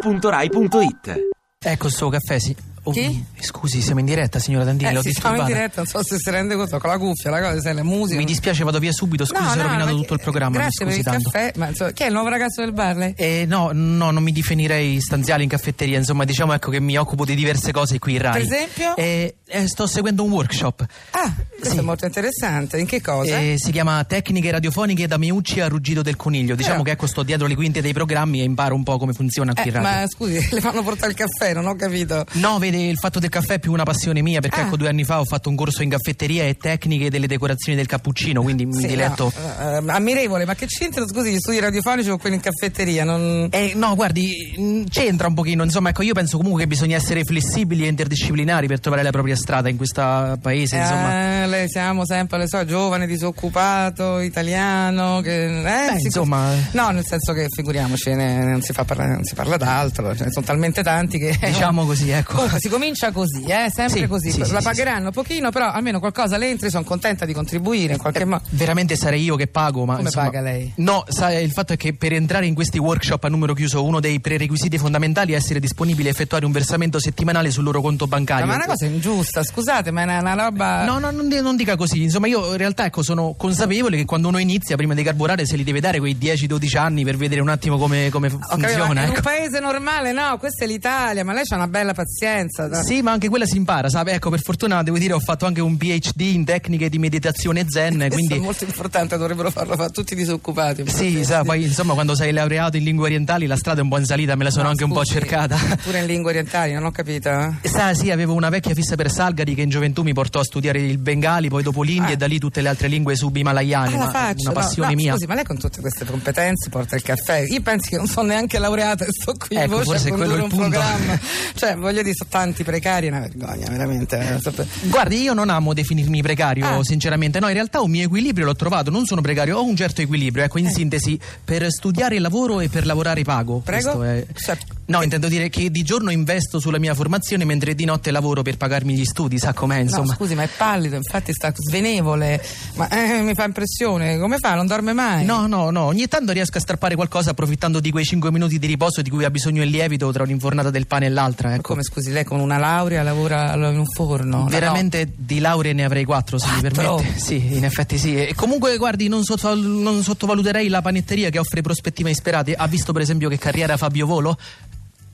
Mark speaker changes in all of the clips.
Speaker 1: radio2pod.rai.it
Speaker 2: Ecco il suo caffè, sì. Oh,
Speaker 3: Chi?
Speaker 2: Scusi, siamo in diretta, signora Dandini, l'ho
Speaker 3: Eh, sì, siamo in
Speaker 2: disturbata.
Speaker 3: diretta, non so se si rende conto, con la cuffia, la cosa, sai, la musica.
Speaker 2: Mi dispiace, vado via subito, scusi se ho rovinato
Speaker 3: ma che-
Speaker 2: tutto il programma,
Speaker 3: Grazie
Speaker 2: mi
Speaker 3: per
Speaker 2: scusi
Speaker 3: il
Speaker 2: tanto.
Speaker 3: caffè, ma insomma, chi è il nuovo ragazzo del Barley?
Speaker 2: Eh, no, no, non mi definirei stanziale in caffetteria, insomma, diciamo ecco che mi occupo di diverse cose qui in Rai.
Speaker 3: Per esempio?
Speaker 2: Eh, eh, sto seguendo un workshop.
Speaker 3: Ah, questo
Speaker 2: Sì.
Speaker 3: è molto interessante. In che cosa?
Speaker 2: Eh, si chiama Tecniche radiofoniche da Miucci a Ruggito del Coniglio. Diciamo
Speaker 3: Eh.
Speaker 2: che ecco sto dietro le quinte dei programmi e imparo un po' come funziona qui
Speaker 3: Eh,
Speaker 2: in radio.
Speaker 3: ma scusi, le fanno portare il caffè, non ho capito.
Speaker 2: No, vede, il fatto del caffè è più una passione mia perché
Speaker 3: Ah.
Speaker 2: ecco due anni fa ho fatto un corso in caffetteria e tecniche delle decorazioni del cappuccino, quindi mi
Speaker 3: Sì,
Speaker 2: diletto.
Speaker 3: no, eh, ammirevole, ma che c'entra, scusi, gli studi radiofonici con quelli in caffetteria? Non...
Speaker 2: Eh, no, guardi, mh, c'entra un pochino, insomma, ecco, io penso comunque che bisogna essere flessibili e interdisciplinari per trovare la propria strada in questo paese, insomma.
Speaker 3: Eh, le siamo sempre, le so, giovane, disoccupato, italiano. Che, eh, sicur-
Speaker 2: insomma-
Speaker 3: No, nel senso che figuriamoci, ne- non si, fa parla- non si parla d'altro, ce ne sono talmente tanti che.
Speaker 2: Diciamo
Speaker 3: oh.
Speaker 2: così, ecco.
Speaker 3: Comunque, si comincia così, eh, sempre
Speaker 2: Sì,
Speaker 3: così.
Speaker 2: sì, sì,
Speaker 3: la
Speaker 2: sì,
Speaker 3: pagheranno un pochino, però almeno qualcosa le entri, sono contenta di contribuire in qualche modo.
Speaker 2: Veramente sarei io che pago, ma
Speaker 3: Come
Speaker 2: insomma-
Speaker 3: paga lei?
Speaker 2: No, sa, il fatto è che per entrare in questi workshop a numero chiuso uno dei prerequisiti fondamentali è essere disponibile a effettuare un versamento settimanale sul loro conto bancario.
Speaker 3: Ma è una cosa ingiusta, scusate, ma è una, una roba.
Speaker 2: No, no, non, di- non dica così. Insomma, io in realtà ecco, sono consapevole che quando uno inizia, prima di carburare, se li deve dare quei 10-12 anni per vedere un attimo come, come
Speaker 3: Ho capito, ma
Speaker 2: funziona.
Speaker 3: in un
Speaker 2: ecco.
Speaker 3: paese normale, no, questa è l'Italia, ma lei ha una bella pazienza. da-
Speaker 2: Sì, ma anche quella si impara, sa? Beh, Ecco, per fortuna devo dire ho fatto anche un PhD in tecniche di meditazione zen,
Speaker 3: Questo è
Speaker 2: quindi
Speaker 3: molto importante, dovrebbero farlo fare tutti i disoccupati.
Speaker 2: sì, sa, poi insomma quando sei laureato in lingue orientali la strada è un po' in salita, me la sono
Speaker 3: No,
Speaker 2: anche un po'
Speaker 3: scusi,
Speaker 2: cercata.
Speaker 3: Pure in lingue orientali, non ho capito. eh?
Speaker 2: Sa, sì, avevo una vecchia fissa per Salgari che in gioventù mi portò a studiare il bengali, poi dopo l'India
Speaker 3: Ah.
Speaker 2: e da lì tutte le altre lingue
Speaker 3: Ah,
Speaker 2: subimalaiane,
Speaker 3: la
Speaker 2: ma
Speaker 3: faccio,
Speaker 2: una
Speaker 3: no,
Speaker 2: passione
Speaker 3: no,
Speaker 2: mia.
Speaker 3: Scusi, ma lei con tutte queste competenze porta il caffè. Io penso che non sono neanche laureata e sto qui in
Speaker 2: Ecco,
Speaker 3: voce
Speaker 2: forse è
Speaker 3: a
Speaker 2: quello
Speaker 3: condurre
Speaker 2: il
Speaker 3: un
Speaker 2: punto.
Speaker 3: programma. cioè, voglio dire, sono tanti precari, è una vergogna,
Speaker 2: Eh,
Speaker 3: veramente.
Speaker 2: Guardi, io non amo definirmi precario,
Speaker 3: Ah.
Speaker 2: sinceramente. No, in realtà un mio equilibrio l'ho trovato, non sono precario, ho un certo equilibrio. Ecco, in
Speaker 3: Eh.
Speaker 2: sintesi, per studiare il lavoro e per lavorare pago.
Speaker 3: Prego?
Speaker 2: Questo è-
Speaker 3: Cioè-
Speaker 2: No, intendo dire che di giorno investo sulla mia formazione, mentre di notte lavoro per pagarmi gli studi, sa com'è,
Speaker 3: No,
Speaker 2: insomma.
Speaker 3: scusi, ma è pallido, infatti sta svenevole. Ma eh, mi fa impressione, come fa? Non dorme mai?
Speaker 2: No, no, no, ogni tanto riesco a strappare qualcosa approfittando di quei 5 minuti di riposo di cui ha bisogno il lievito tra un'infornata del pane e l'altra,
Speaker 3: Ma
Speaker 2: ecco.
Speaker 3: Come scusi, lei con una laurea lavora in un forno? No,
Speaker 2: Veramente di lauree ne avrei quattro, se mi
Speaker 3: Quattro?
Speaker 2: permette. Sì, in effetti sì. E comunque, guardi, non, sotto- non sottovaluterei la panetteria che offre prospettive isperate. Ha visto, per esempio, che carriera Eh, Fabio Volo?
Speaker 3: no.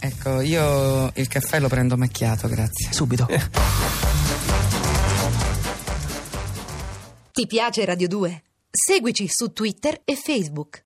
Speaker 3: Ecco, io il caffè lo prendo macchiato, grazie.
Speaker 2: Subito.
Speaker 4: Ti piace Radio 2? Seguici su Twitter e Facebook.